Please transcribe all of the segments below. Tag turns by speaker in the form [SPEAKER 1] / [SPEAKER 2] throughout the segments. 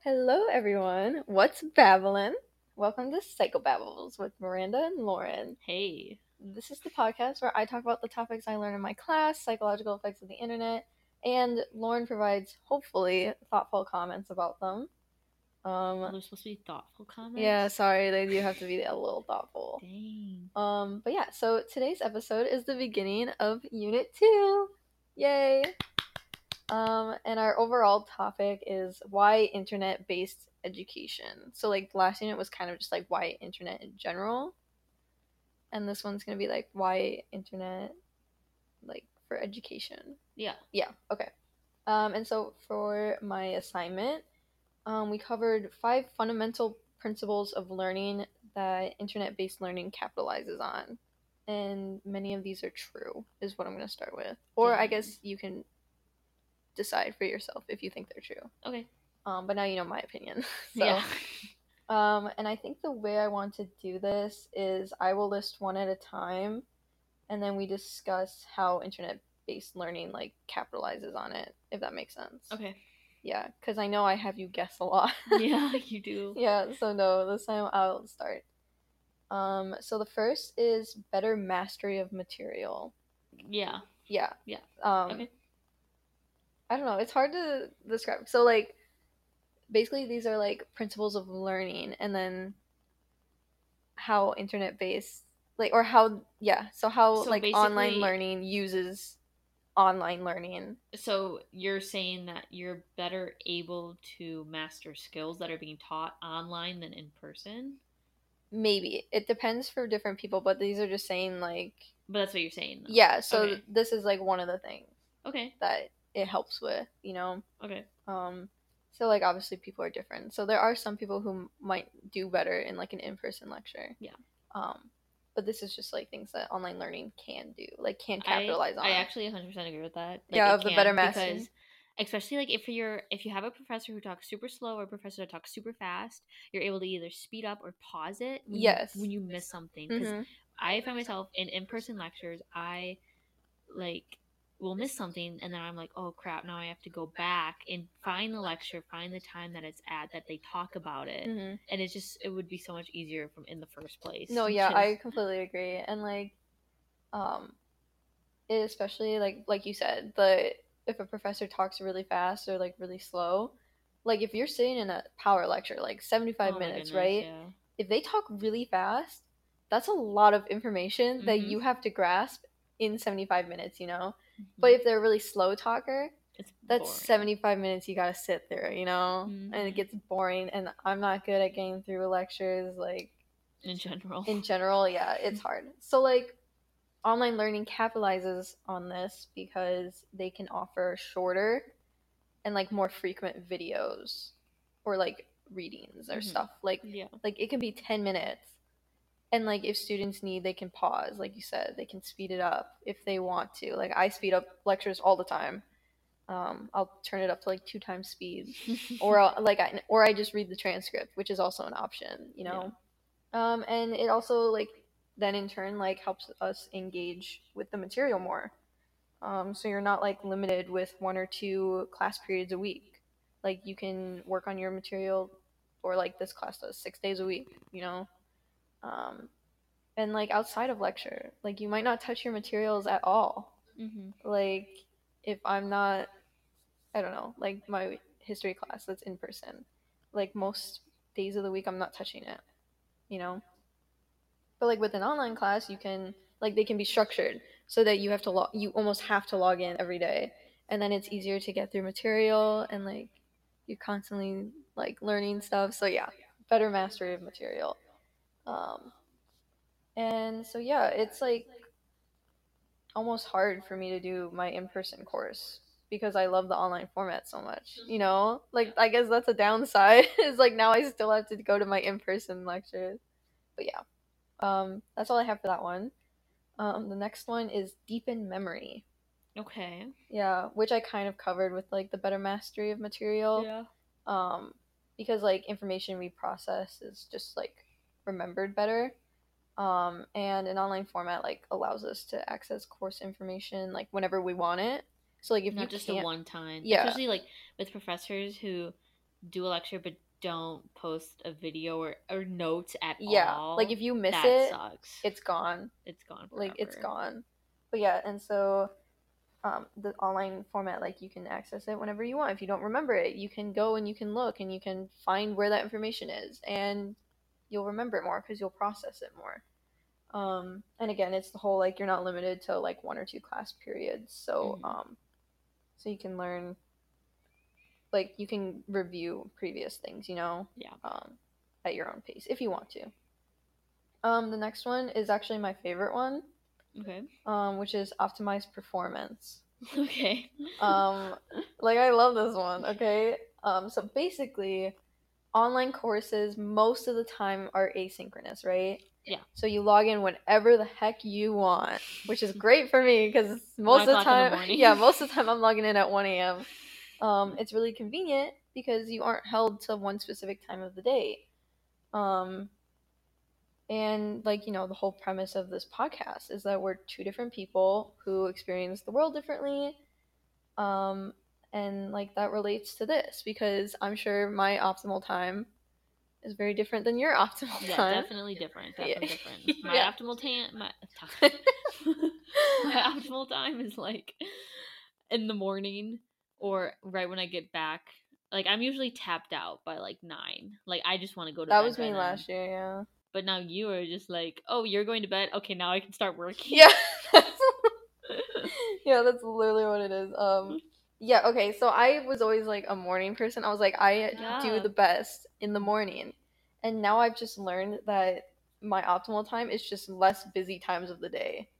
[SPEAKER 1] Hello, everyone. What's Babylon? Welcome to Psychobabbles with Miranda and Lauren.
[SPEAKER 2] Hey.
[SPEAKER 1] This is the podcast where I talk about the topics I learn in my class, psychological effects of the internet, and Lauren provides, hopefully, thoughtful comments about them. Um,
[SPEAKER 2] Well, they're supposed to be thoughtful comments.
[SPEAKER 1] yeah, sorry, they do have to be a little thoughtful.
[SPEAKER 2] Dang.
[SPEAKER 1] Um, but yeah, so today's episode is the beginning of Unit 2. Yay! Um, and our overall topic is why internet based education. So, like, the last unit was kind of just like why internet in general. And this one's gonna be like why internet, like, for education.
[SPEAKER 2] Yeah.
[SPEAKER 1] Yeah, okay. Um, and so for my assignment, um, we covered five fundamental principles of learning that internet based learning capitalizes on. And many of these are true, is what I'm going to start with. Or I
[SPEAKER 2] Dang.
[SPEAKER 1] guess you can decide for yourself if you think they're true.
[SPEAKER 2] Okay.
[SPEAKER 1] Um, but now you know my opinion. so.
[SPEAKER 2] Yeah.
[SPEAKER 1] Um, and I think the way I want to do this is I will list one at a time, and then we discuss how internet-based learning like capitalizes on it, if that makes sense.
[SPEAKER 2] Okay.
[SPEAKER 1] Yeah, because I know I have you guess a lot.
[SPEAKER 2] Yeah, you do.
[SPEAKER 1] yeah. So no, this time I'll start. Um, so the first is better mastery of material.
[SPEAKER 2] Yeah.
[SPEAKER 1] Yeah.
[SPEAKER 2] Yeah.
[SPEAKER 1] Um,
[SPEAKER 2] Okay.
[SPEAKER 1] I don't know. It's hard to describe. So like, basically, these are like principles of learning, and then how internet based, like, or how yeah. So how
[SPEAKER 2] So
[SPEAKER 1] like online
[SPEAKER 2] basically-
[SPEAKER 1] learning uses online learning.
[SPEAKER 2] So you're saying that you're better able to master skills that are being taught online than in person?
[SPEAKER 1] Maybe it depends for different people, but these are just saying like
[SPEAKER 2] But that's what you're saying. though.
[SPEAKER 1] yeah. So
[SPEAKER 2] Okay.
[SPEAKER 1] this is like one of the things
[SPEAKER 2] Okay.
[SPEAKER 1] that it helps with, you know.
[SPEAKER 2] Okay.
[SPEAKER 1] Um, so like obviously people are different. So there are some people who m- might do better in like an in-person lecture.
[SPEAKER 2] Yeah.
[SPEAKER 1] Um, but this is just like things that online learning can do, like can
[SPEAKER 2] I-
[SPEAKER 1] capitalize on.
[SPEAKER 2] I actually 100% agree with that.
[SPEAKER 1] Yeah,
[SPEAKER 2] it
[SPEAKER 1] of the
[SPEAKER 2] can,
[SPEAKER 1] better mastery.
[SPEAKER 2] because Especially like if you're if you have a professor who talks super slow or a professor that talks super fast, you're able to either speed up or pause it. When
[SPEAKER 1] Yes.
[SPEAKER 2] You, when you miss something, 'Cause
[SPEAKER 1] Mhm.
[SPEAKER 2] I find myself in in-person lectures, I like will miss something and then I'm like, oh crap, now I have to go back and find the lecture, find the time that it's at that they talk about it.
[SPEAKER 1] Mhm.
[SPEAKER 2] And it's just it would be so much easier from in the first place.
[SPEAKER 1] No, yeah, I
[SPEAKER 2] 'cause-
[SPEAKER 1] completely agree. And like, um, it especially like like you said, the if a professor talks really fast or like really slow, like if you're sitting in a power lecture, like
[SPEAKER 2] oh
[SPEAKER 1] 75
[SPEAKER 2] my
[SPEAKER 1] minutes,
[SPEAKER 2] goodness,
[SPEAKER 1] right?
[SPEAKER 2] Yeah.
[SPEAKER 1] if they talk really fast, that's a lot of information that
[SPEAKER 2] Mhm.
[SPEAKER 1] you have to grasp in 75 minutes, you know? But if they're a really slow talker,
[SPEAKER 2] it's
[SPEAKER 1] that's
[SPEAKER 2] Mm-hmm. boring.
[SPEAKER 1] 75 minutes you gotta sit through, you know? And
[SPEAKER 2] Mhm.
[SPEAKER 1] it gets boring, and I'm not good at getting through lectures. Like,
[SPEAKER 2] in general.
[SPEAKER 1] in general, yeah, it's hard. So, like, online learning capitalizes on this because they can offer shorter and like more frequent videos or like readings or
[SPEAKER 2] Mhm.
[SPEAKER 1] stuff. Like,
[SPEAKER 2] yeah.
[SPEAKER 1] like it can be 10 minutes and like if students need they can pause like you said they can speed it up if they want to like i speed up lectures all the time um, i'll turn it up to like two times speed or I'll, like I, or i just read the transcript which is also an option you know um, and it also like then in turn like helps us engage with the material more um, so you're not like limited with one or two class periods a week like you can work on your material or like this class does six days a week you know um, and like outside of lecture like you might not touch your materials at all
[SPEAKER 2] hmm
[SPEAKER 1] like if i'm not i don't know like my history class that's in person like most days of the week i'm not touching it you know but like with an online class you can like they can be structured so that you have to log you almost have to log in every day and then it's easier to get through material and like you're constantly like learning stuff so yeah better mastery of material um and so yeah it's like almost hard for me to do my in-person course because I love the online format so much. You know, like I guess that's a downside. is like now I still have to go to my in-person lectures. But yeah, um, that's all I have for that one. Um, the next one is deepen memory.
[SPEAKER 2] Okay.
[SPEAKER 1] Yeah, which I kind of covered with like the better mastery of material.
[SPEAKER 2] Yeah.
[SPEAKER 1] Um, because like information we process is just like remembered better. Um, and an online format like allows us to access course information like whenever we want it. So like if
[SPEAKER 2] Not
[SPEAKER 1] you
[SPEAKER 2] just a
[SPEAKER 1] can't,
[SPEAKER 2] one time.
[SPEAKER 1] Yeah.
[SPEAKER 2] Especially like with professors who do a lecture but don't post a video or, or notes at
[SPEAKER 1] yeah
[SPEAKER 2] all.
[SPEAKER 1] like if you miss
[SPEAKER 2] that
[SPEAKER 1] it
[SPEAKER 2] sucks.
[SPEAKER 1] it's gone
[SPEAKER 2] it's gone.
[SPEAKER 1] like it's
[SPEAKER 2] forever.
[SPEAKER 1] gone but yeah and so um, the online format like you can access it whenever you want if you don't remember it you can go and you can look and you can find where that information is and you'll remember it more because you'll process it more um, and again it's the whole like you're not limited to like one or two class periods so
[SPEAKER 2] Mhm.
[SPEAKER 1] um, so you can learn like you can review previous things you know
[SPEAKER 2] Yeah.
[SPEAKER 1] um, at your own pace if you want to um, the next one is actually my favorite one
[SPEAKER 2] Okay.
[SPEAKER 1] um, which is optimized performance.
[SPEAKER 2] Okay.
[SPEAKER 1] Um, like I love this one. Okay, um, so basically, online courses most of the time are asynchronous, right?
[SPEAKER 2] Yeah.
[SPEAKER 1] So you log in whenever the heck you want, which is great for me because most of the
[SPEAKER 2] o'clock in the
[SPEAKER 1] time,
[SPEAKER 2] morning.
[SPEAKER 1] yeah, most of the time I'm logging in at one a.m. Um, it's really convenient because you aren't held to one specific time of the day. Um, and like you know, the whole premise of this podcast is that we're two different people who experience the world differently. Um, and like that relates to this because I'm sure my optimal time is very different than your optimal
[SPEAKER 2] yeah,
[SPEAKER 1] time.
[SPEAKER 2] definitely different.
[SPEAKER 1] Yeah.
[SPEAKER 2] Definitely different. My
[SPEAKER 1] Yeah.
[SPEAKER 2] optimal time. My, time. my optimal time is like in the morning or right when I get back. Like I'm usually tapped out by like nine. Like I just want to go to bed.
[SPEAKER 1] That was
[SPEAKER 2] by
[SPEAKER 1] me
[SPEAKER 2] then.
[SPEAKER 1] last year, yeah.
[SPEAKER 2] But now you are just like, oh, you're going to bed. Okay, now I can start working.
[SPEAKER 1] Yeah. that's- yeah, that's literally what it is. Um yeah, okay. So I was always like a morning person. I was like I do
[SPEAKER 2] Yeah.
[SPEAKER 1] the best in the morning. And now I've just learned that my optimal time is just less busy times of the day.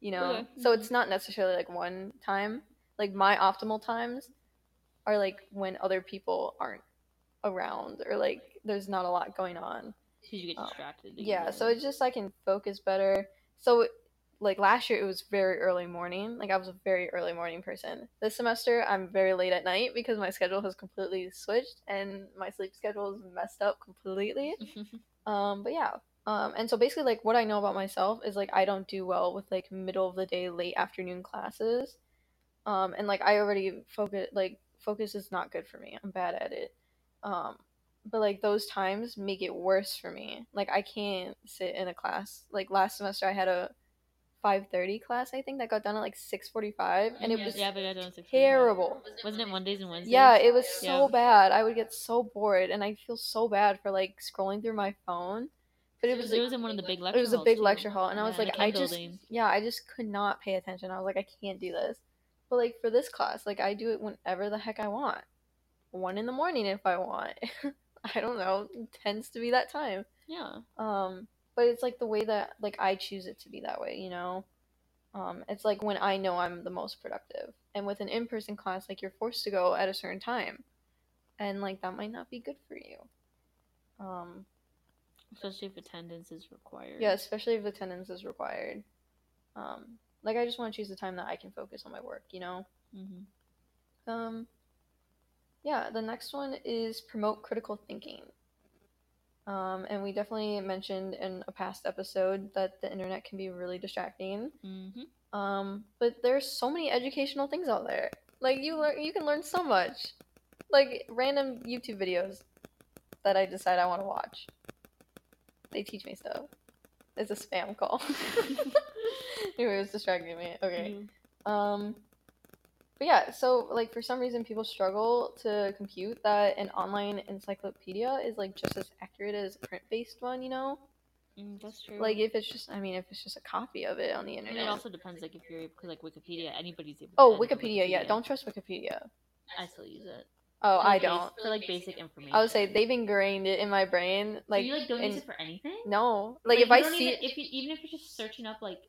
[SPEAKER 1] You know.
[SPEAKER 2] Okay. Mm-hmm.
[SPEAKER 1] So it's not necessarily like one time. Like my optimal times are like when other people aren't around or like there's not a lot going on.
[SPEAKER 2] Because you get
[SPEAKER 1] Oh.
[SPEAKER 2] distracted.
[SPEAKER 1] Yeah, so
[SPEAKER 2] easily.
[SPEAKER 1] it's just I can focus better. So like last year it was very early morning. Like I was a very early morning person. This semester I'm very late at night because my schedule has completely switched and my sleep schedule is messed up completely. Um but yeah. Um and so basically like what I know about myself is like I don't do well with like middle of the day late afternoon classes. Um and like I already focus like focus is not good for me. I'm bad at it. Um but like those times make it worse for me like i can't sit in a class like last semester i had a 5.30 class i think that got done at like 6.45 and it
[SPEAKER 2] Mm, Yeah,
[SPEAKER 1] was
[SPEAKER 2] yeah, but I don't think so.
[SPEAKER 1] terrible
[SPEAKER 2] Wasn't it Mondays and Wednesdays?
[SPEAKER 1] yeah it was so
[SPEAKER 2] Yeah.
[SPEAKER 1] bad i would get so bored and i feel so bad for like scrolling through my phone but it was
[SPEAKER 2] it
[SPEAKER 1] like,
[SPEAKER 2] was in one of the big
[SPEAKER 1] it
[SPEAKER 2] lecture.
[SPEAKER 1] was a
[SPEAKER 2] halls,
[SPEAKER 1] big
[SPEAKER 2] too.
[SPEAKER 1] lecture hall and i
[SPEAKER 2] Yeah,
[SPEAKER 1] was
[SPEAKER 2] in
[SPEAKER 1] like
[SPEAKER 2] the
[SPEAKER 1] i
[SPEAKER 2] King
[SPEAKER 1] just
[SPEAKER 2] building.
[SPEAKER 1] yeah i just could not pay attention i was like i can't do this but like for this class like i do it whenever the heck i want one in the morning if i want i don't know it tends to be that time
[SPEAKER 2] Yeah.
[SPEAKER 1] um but it's like the way that like i choose it to be that way you know um it's like when i know i'm the most productive and with an in-person class like you're forced to go at a certain time and like that might not be good for you um
[SPEAKER 2] Especially if attendance is required.
[SPEAKER 1] yeah especially if attendance is required um like i just want to choose the time that i can focus on my work you know
[SPEAKER 2] hmm
[SPEAKER 1] Um, yeah, the next one is promote critical thinking. Um, and we definitely mentioned in a past episode that the internet can be really distracting.
[SPEAKER 2] hmm
[SPEAKER 1] Um, but there's so many educational things out there. Like you learn, you can learn so much. Like random YouTube videos that I decide I want to watch. They teach me stuff. It's a spam call. anyway, it was distracting me. Okay.
[SPEAKER 2] Mm-hmm.
[SPEAKER 1] Um, but yeah, so like for some reason people struggle to compute that an online encyclopedia is like just as accurate as a print-based one, you know?
[SPEAKER 2] Mm, that's true.
[SPEAKER 1] Like if it's just, I mean, if it's just a copy of it on the
[SPEAKER 2] And it
[SPEAKER 1] internet.
[SPEAKER 2] also depends, like if you're able, 'cause, like Wikipedia, anybody's able. to
[SPEAKER 1] oh,
[SPEAKER 2] edit the
[SPEAKER 1] Wikipedia, yeah. Don't trust Wikipedia.
[SPEAKER 2] I still use it.
[SPEAKER 1] Oh,
[SPEAKER 2] For,
[SPEAKER 1] I
[SPEAKER 2] like, bas-
[SPEAKER 1] don't.
[SPEAKER 2] for like basic information.
[SPEAKER 1] I would say they've ingrained it in my brain.
[SPEAKER 2] So
[SPEAKER 1] Like,
[SPEAKER 2] you like don't use
[SPEAKER 1] in-
[SPEAKER 2] it for anything.
[SPEAKER 1] no, like
[SPEAKER 2] you
[SPEAKER 1] if I
[SPEAKER 2] don't
[SPEAKER 1] see, Mm,
[SPEAKER 2] even, if you even if you're just searching up like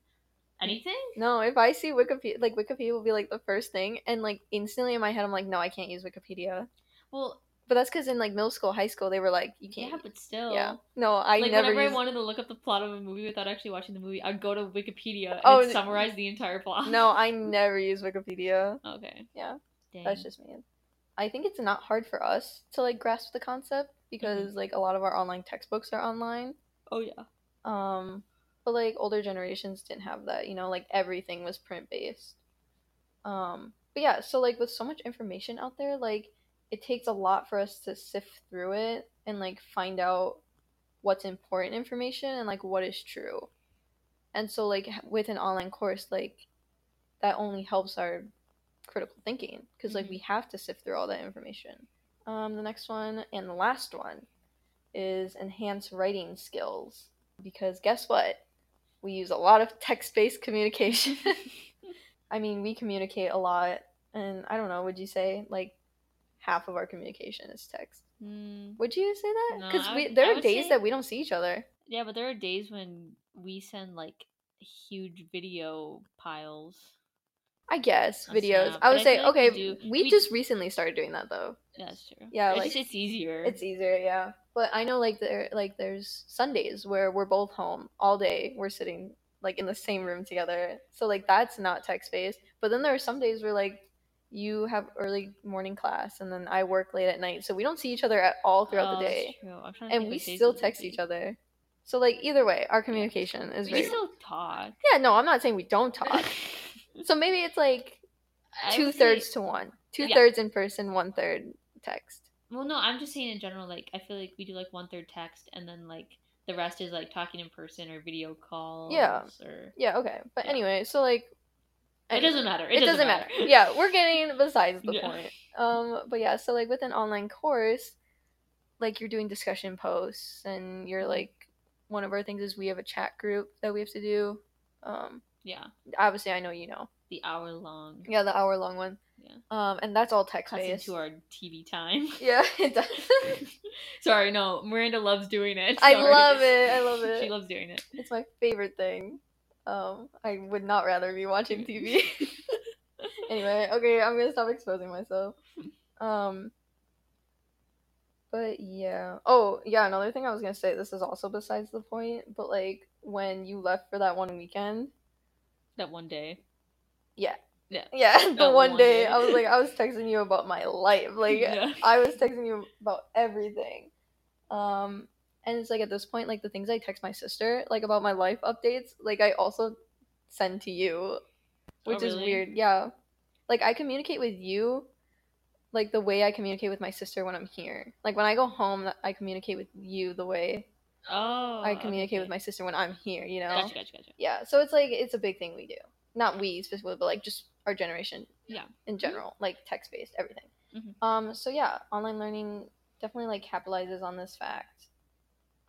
[SPEAKER 2] anything.
[SPEAKER 1] no, if I see Wikipedia, like Wikipedia will be like the first thing, and like instantly in my head, I'm like, no, I can't use Wikipedia.
[SPEAKER 2] Well,
[SPEAKER 1] But that's because in like middle school, high school, they were like, you can't.
[SPEAKER 2] yeah, but still.
[SPEAKER 1] Yeah. No, I
[SPEAKER 2] like
[SPEAKER 1] never
[SPEAKER 2] whenever
[SPEAKER 1] use.
[SPEAKER 2] I wanted to look up the plot of a movie without actually watching the movie, I'd go to Wikipedia and
[SPEAKER 1] Oh,
[SPEAKER 2] it'd
[SPEAKER 1] n-
[SPEAKER 2] summarize the entire plot.
[SPEAKER 1] no, I never use Wikipedia.
[SPEAKER 2] Okay.
[SPEAKER 1] Yeah.
[SPEAKER 2] Dang.
[SPEAKER 1] That's just me. I think it's not hard for us to like grasp the concept
[SPEAKER 2] Mm-hmm.
[SPEAKER 1] because like a lot of our online textbooks are online.
[SPEAKER 2] Oh yeah.
[SPEAKER 1] Um, but like older generations didn't have that. You know, like everything was print based. Um, but yeah, so like with so much information out there, like it takes a lot for us to sift through it and like find out what's important information and like what is true. And so like h- with an online course like that only helps our critical thinking because like
[SPEAKER 2] Mhm.
[SPEAKER 1] we have to sift through all that information. Um, the next one and the last one is enhance writing skills because guess what? We use a lot of text-based communication. I mean, we communicate a lot and I don't know, would you say like half of our communication is text?
[SPEAKER 2] Mm,
[SPEAKER 1] Would you say
[SPEAKER 2] No,
[SPEAKER 1] that? Because
[SPEAKER 2] I
[SPEAKER 1] we
[SPEAKER 2] would- I
[SPEAKER 1] there are
[SPEAKER 2] would
[SPEAKER 1] days
[SPEAKER 2] say-
[SPEAKER 1] that we don't see each other.
[SPEAKER 2] yeah, but there are days when we send like huge video piles.
[SPEAKER 1] I guess
[SPEAKER 2] On
[SPEAKER 1] videos.
[SPEAKER 2] Snap,
[SPEAKER 1] I
[SPEAKER 2] but
[SPEAKER 1] would
[SPEAKER 2] I
[SPEAKER 1] say
[SPEAKER 2] feel like we
[SPEAKER 1] okay.
[SPEAKER 2] do-
[SPEAKER 1] we,
[SPEAKER 2] we-
[SPEAKER 1] just recently started doing that though.
[SPEAKER 2] That's true.
[SPEAKER 1] Yeah,
[SPEAKER 2] it's
[SPEAKER 1] like,
[SPEAKER 2] just- it's easier.
[SPEAKER 1] It's easier, yeah. But I know like there like there's Sundays where we're both home all day. We're sitting like in the same room together. So like that's not text based. But then there are some days where like you have early morning class and then I work late at night. So we don't see each other at all throughout
[SPEAKER 2] Oh,
[SPEAKER 1] the
[SPEAKER 2] that's
[SPEAKER 1] day.
[SPEAKER 2] true. I'm trying to
[SPEAKER 1] And
[SPEAKER 2] think
[SPEAKER 1] we
[SPEAKER 2] which days
[SPEAKER 1] still
[SPEAKER 2] it would
[SPEAKER 1] text
[SPEAKER 2] be.
[SPEAKER 1] each other. So like either way, our communication is
[SPEAKER 2] We
[SPEAKER 1] very
[SPEAKER 2] still talk.
[SPEAKER 1] Yeah, no, I'm not saying we don't talk. so maybe it's like
[SPEAKER 2] I
[SPEAKER 1] two
[SPEAKER 2] would say-
[SPEAKER 1] thirds to one. Two thirds in person, one third text.
[SPEAKER 2] Well, no, I'm just saying in general. Like, I feel like we do like one third text, and then like the rest is like talking in person or video calls. Or
[SPEAKER 1] Yeah, okay. But
[SPEAKER 2] Yeah.
[SPEAKER 1] anyway, so like
[SPEAKER 2] it doesn't matter. It, doesn't, matter.
[SPEAKER 1] yeah, we're getting besides the
[SPEAKER 2] Yeah.
[SPEAKER 1] point. Um, but yeah, so like with an online course, like you're doing discussion posts and
[SPEAKER 2] Mm-hmm.
[SPEAKER 1] you're like one of our things is we have a chat group that we have to do. Um
[SPEAKER 2] Yeah.
[SPEAKER 1] obviously I know you know.
[SPEAKER 2] The hour long.
[SPEAKER 1] Yeah, the hour long one.
[SPEAKER 2] Yeah.
[SPEAKER 1] Um and that's all text
[SPEAKER 2] Cuts
[SPEAKER 1] based.
[SPEAKER 2] into our TV time.
[SPEAKER 1] Yeah, it does.
[SPEAKER 2] Sorry, no. Miranda loves doing it.
[SPEAKER 1] I
[SPEAKER 2] Sorry.
[SPEAKER 1] love it, I love it.
[SPEAKER 2] she loves doing it.
[SPEAKER 1] it's my favorite thing. Um I would not rather be watching TV. anyway, okay, I'm gonna stop exposing myself. Um, but yeah. Oh, yeah. Another thing I was gonna say. This is also besides the point, but like when you left for that one weekend,
[SPEAKER 2] That one day.
[SPEAKER 1] yeah, the
[SPEAKER 2] That
[SPEAKER 1] one,
[SPEAKER 2] one
[SPEAKER 1] day,
[SPEAKER 2] day.
[SPEAKER 1] I was like, I was texting you about my life. Like,
[SPEAKER 2] Yeah.
[SPEAKER 1] I was texting you about everything. Um, and it's like at this point, like the things I text my sister, like about my life updates, like I also send to you, which is
[SPEAKER 2] Oh, really?
[SPEAKER 1] weird. Yeah. Like I communicate with you, like the way I communicate with my sister when I'm here. Like when I go home, I communicate with you the way
[SPEAKER 2] Oh.
[SPEAKER 1] I communicate with my sister when I'm here, you know?
[SPEAKER 2] Gotcha, gotcha, gotcha.
[SPEAKER 1] Yeah. So it's like, it's a big thing we do. Not we specifically, but like just our generation
[SPEAKER 2] Yeah.
[SPEAKER 1] in general, like text based, everything.
[SPEAKER 2] Mhm.
[SPEAKER 1] Um, so yeah, online learning definitely like capitalizes on this fact,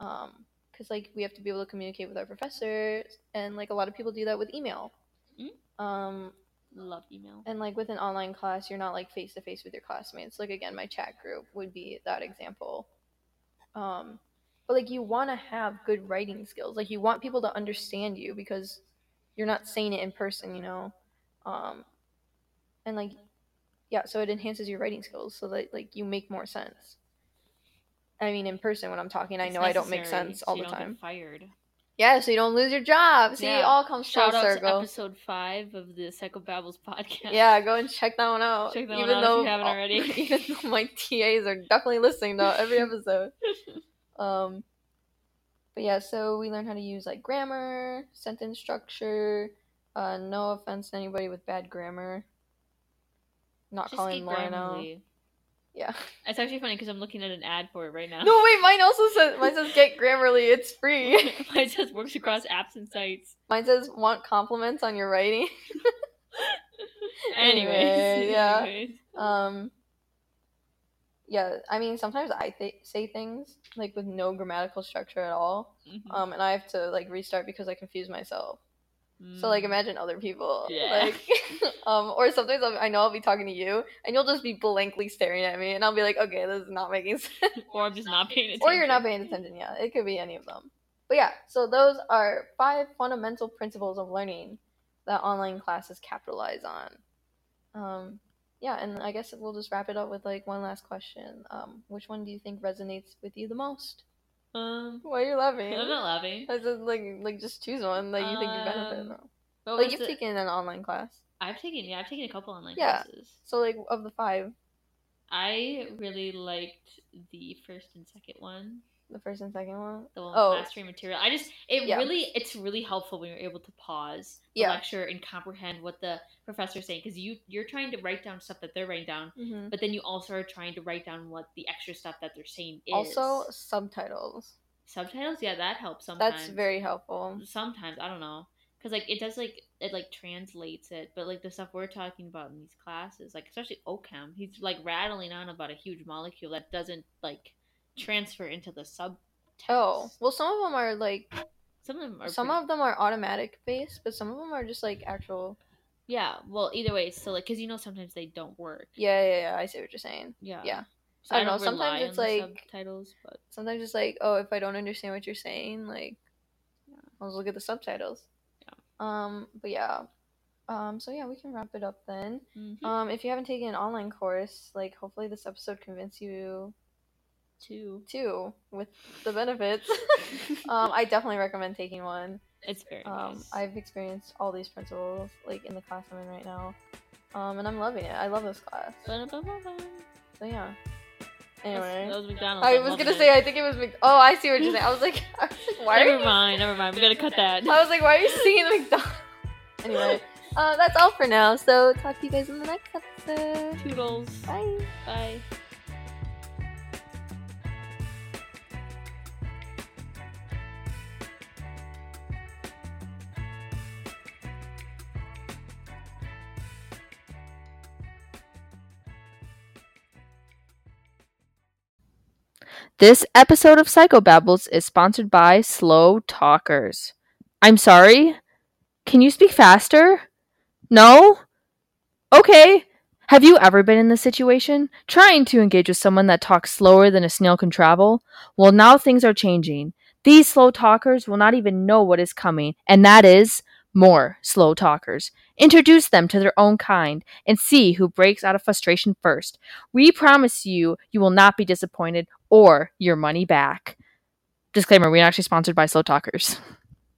[SPEAKER 1] Um, 'cause because like we have to be able to communicate with our professors, and like a lot of people do that with email. Um,
[SPEAKER 2] Love email.
[SPEAKER 1] and like with an online class, you're not like face to face with your classmates. Like again, my chat group would be that example. Um, but like you want to have good writing skills. Like you want people to understand you because you're not saying it in person, you know. Um, and like yeah, so it enhances your writing skills so that like you make more sense. I mean, in person when I'm talking, I
[SPEAKER 2] It's
[SPEAKER 1] know I don't make
[SPEAKER 2] necessary
[SPEAKER 1] sense
[SPEAKER 2] so
[SPEAKER 1] all
[SPEAKER 2] you
[SPEAKER 1] the
[SPEAKER 2] don't get
[SPEAKER 1] time.
[SPEAKER 2] fired.
[SPEAKER 1] Yeah, so you don't lose your job. See, it
[SPEAKER 2] Yeah.
[SPEAKER 1] all comes full
[SPEAKER 2] Shout out to
[SPEAKER 1] circle.
[SPEAKER 2] episode five of the Psycho Babbles podcast.
[SPEAKER 1] Yeah, go and check that one out.
[SPEAKER 2] Check that one out if you haven't already.
[SPEAKER 1] even though my TAs are definitely listening to every episode. Um, but yeah, so we learn how to use like grammar, sentence structure. Uh, no offense to anybody with bad grammar. Not
[SPEAKER 2] Just
[SPEAKER 1] calling
[SPEAKER 2] get
[SPEAKER 1] Lauren out.
[SPEAKER 2] Grammarly.
[SPEAKER 1] Yeah.
[SPEAKER 2] It's actually funny because I'm looking at an ad for it right now.
[SPEAKER 1] No, wait, mine also says mine says get Grammarly. It's free.
[SPEAKER 2] Mine says works across apps and sites.
[SPEAKER 1] Mine says want compliments on your writing.
[SPEAKER 2] Anyways.
[SPEAKER 1] Anyway, Eh, yeah.
[SPEAKER 2] Anyways.
[SPEAKER 1] Um, yeah, I mean, sometimes I th- say things like with no grammatical structure at all,
[SPEAKER 2] Mhm.
[SPEAKER 1] um, and I have to like restart because I confuse myself. So like,
[SPEAKER 2] Mm.
[SPEAKER 1] imagine other people,
[SPEAKER 2] Yeah.
[SPEAKER 1] like, um, or sometimes I'll, I know I'll be talking to you, and you'll just be blankly staring at me, and I'll be like, okay, this is not making sense,
[SPEAKER 2] Or I'm just not paying attention.
[SPEAKER 1] or you're not paying attention. Yeah, it could be any of them. But yeah, so those are five fundamental principles of learning that online classes capitalize on. Um, yeah, and I guess we'll just wrap it up with like one last question. Um, which one do you think resonates with you the most?
[SPEAKER 2] Um,
[SPEAKER 1] Why are you laughing?
[SPEAKER 2] I'm not laughing.
[SPEAKER 1] I just like like just choose one that you think you benefit
[SPEAKER 2] Um,
[SPEAKER 1] from.
[SPEAKER 2] What
[SPEAKER 1] Like
[SPEAKER 2] was
[SPEAKER 1] oh, you've
[SPEAKER 2] the-
[SPEAKER 1] taken an online class,
[SPEAKER 2] I've taken yeah, I've taken a couple online
[SPEAKER 1] Yeah.
[SPEAKER 2] classes.
[SPEAKER 1] so like of the five,
[SPEAKER 2] I really liked the first and second one.
[SPEAKER 1] The first and second one.
[SPEAKER 2] the
[SPEAKER 1] Oh.
[SPEAKER 2] mastery material. I just it
[SPEAKER 1] Yeah.
[SPEAKER 2] really it's really helpful when you're able to pause the
[SPEAKER 1] Yeah.
[SPEAKER 2] lecture and comprehend what the professor's saying because you you're trying to write down stuff that they're writing down,
[SPEAKER 1] hmm
[SPEAKER 2] but then you also are trying to write down what the extra stuff that they're saying is.
[SPEAKER 1] Also, subtitles.
[SPEAKER 2] subtitles, yeah, that helps sometimes.
[SPEAKER 1] That's very helpful.
[SPEAKER 2] sometimes I don't know because like it does like it like translates it, but like the stuff we're talking about in these classes, like especially Ocam, he's like rattling on about a huge molecule that doesn't like transfer into the subtext.
[SPEAKER 1] Oh, well, some of them are like
[SPEAKER 2] some of them are
[SPEAKER 1] some
[SPEAKER 2] pretty-
[SPEAKER 1] of them are automatic based, but some of them are just like actual.
[SPEAKER 2] Yeah, well, either way, so like, cause you know sometimes they don't work.
[SPEAKER 1] Yeah, yeah, yeah. I see what you're saying.
[SPEAKER 2] Yeah.
[SPEAKER 1] yeah.
[SPEAKER 2] So
[SPEAKER 1] I don't know,
[SPEAKER 2] rely
[SPEAKER 1] sometimes it's
[SPEAKER 2] on the
[SPEAKER 1] like-
[SPEAKER 2] subtitles, but
[SPEAKER 1] Sometimes it's like, oh, if I don't understand what you're saying, like, I'll just look at the subtitles.
[SPEAKER 2] Yeah.
[SPEAKER 1] Um, but yeah. Um, so yeah, we can wrap it up then.
[SPEAKER 2] Mhm.
[SPEAKER 1] Um, if you haven't taken an online course, like, hopefully this episode convinced you
[SPEAKER 2] too.
[SPEAKER 1] too with the benefits. um, I definitely recommend taking one.
[SPEAKER 2] it's very
[SPEAKER 1] Um,
[SPEAKER 2] nice.
[SPEAKER 1] I've experienced all these principles like in the class I'm in right now, um, and I'm loving it. I love this class.
[SPEAKER 2] Ba-da-ba-ba-ba.
[SPEAKER 1] So yeah.
[SPEAKER 2] That's-
[SPEAKER 1] Anyway,
[SPEAKER 2] that was McDonald's.
[SPEAKER 1] I
[SPEAKER 2] I'm
[SPEAKER 1] was
[SPEAKER 2] loving
[SPEAKER 1] gonna
[SPEAKER 2] it.
[SPEAKER 1] say I think it was. Mc- oh, I see what you're saying. I was like, I was like, why? Are
[SPEAKER 2] Never
[SPEAKER 1] you-
[SPEAKER 2] mind. Never mind. We gotta cut that.
[SPEAKER 1] I was like, why are you singing McDonald's? Anyway, uh, that's all for now. So talk to you guys in the next episode.
[SPEAKER 2] Toodles.
[SPEAKER 1] Bye.
[SPEAKER 2] Bye.
[SPEAKER 3] This episode of Psychobabbles is sponsored by Slow Talkers. I'm sorry? Can you speak faster? No? Okay. Have you ever been in this situation? Trying to engage with someone that talks slower than a snail can travel? Well, now things are changing. These slow talkers will not even know what is coming, and that is more slow talkers. Introduce them to their own kind and see who breaks out of frustration first. We promise you, you will not be disappointed or your money back. Disclaimer, we're not actually sponsored by Slow Talkers.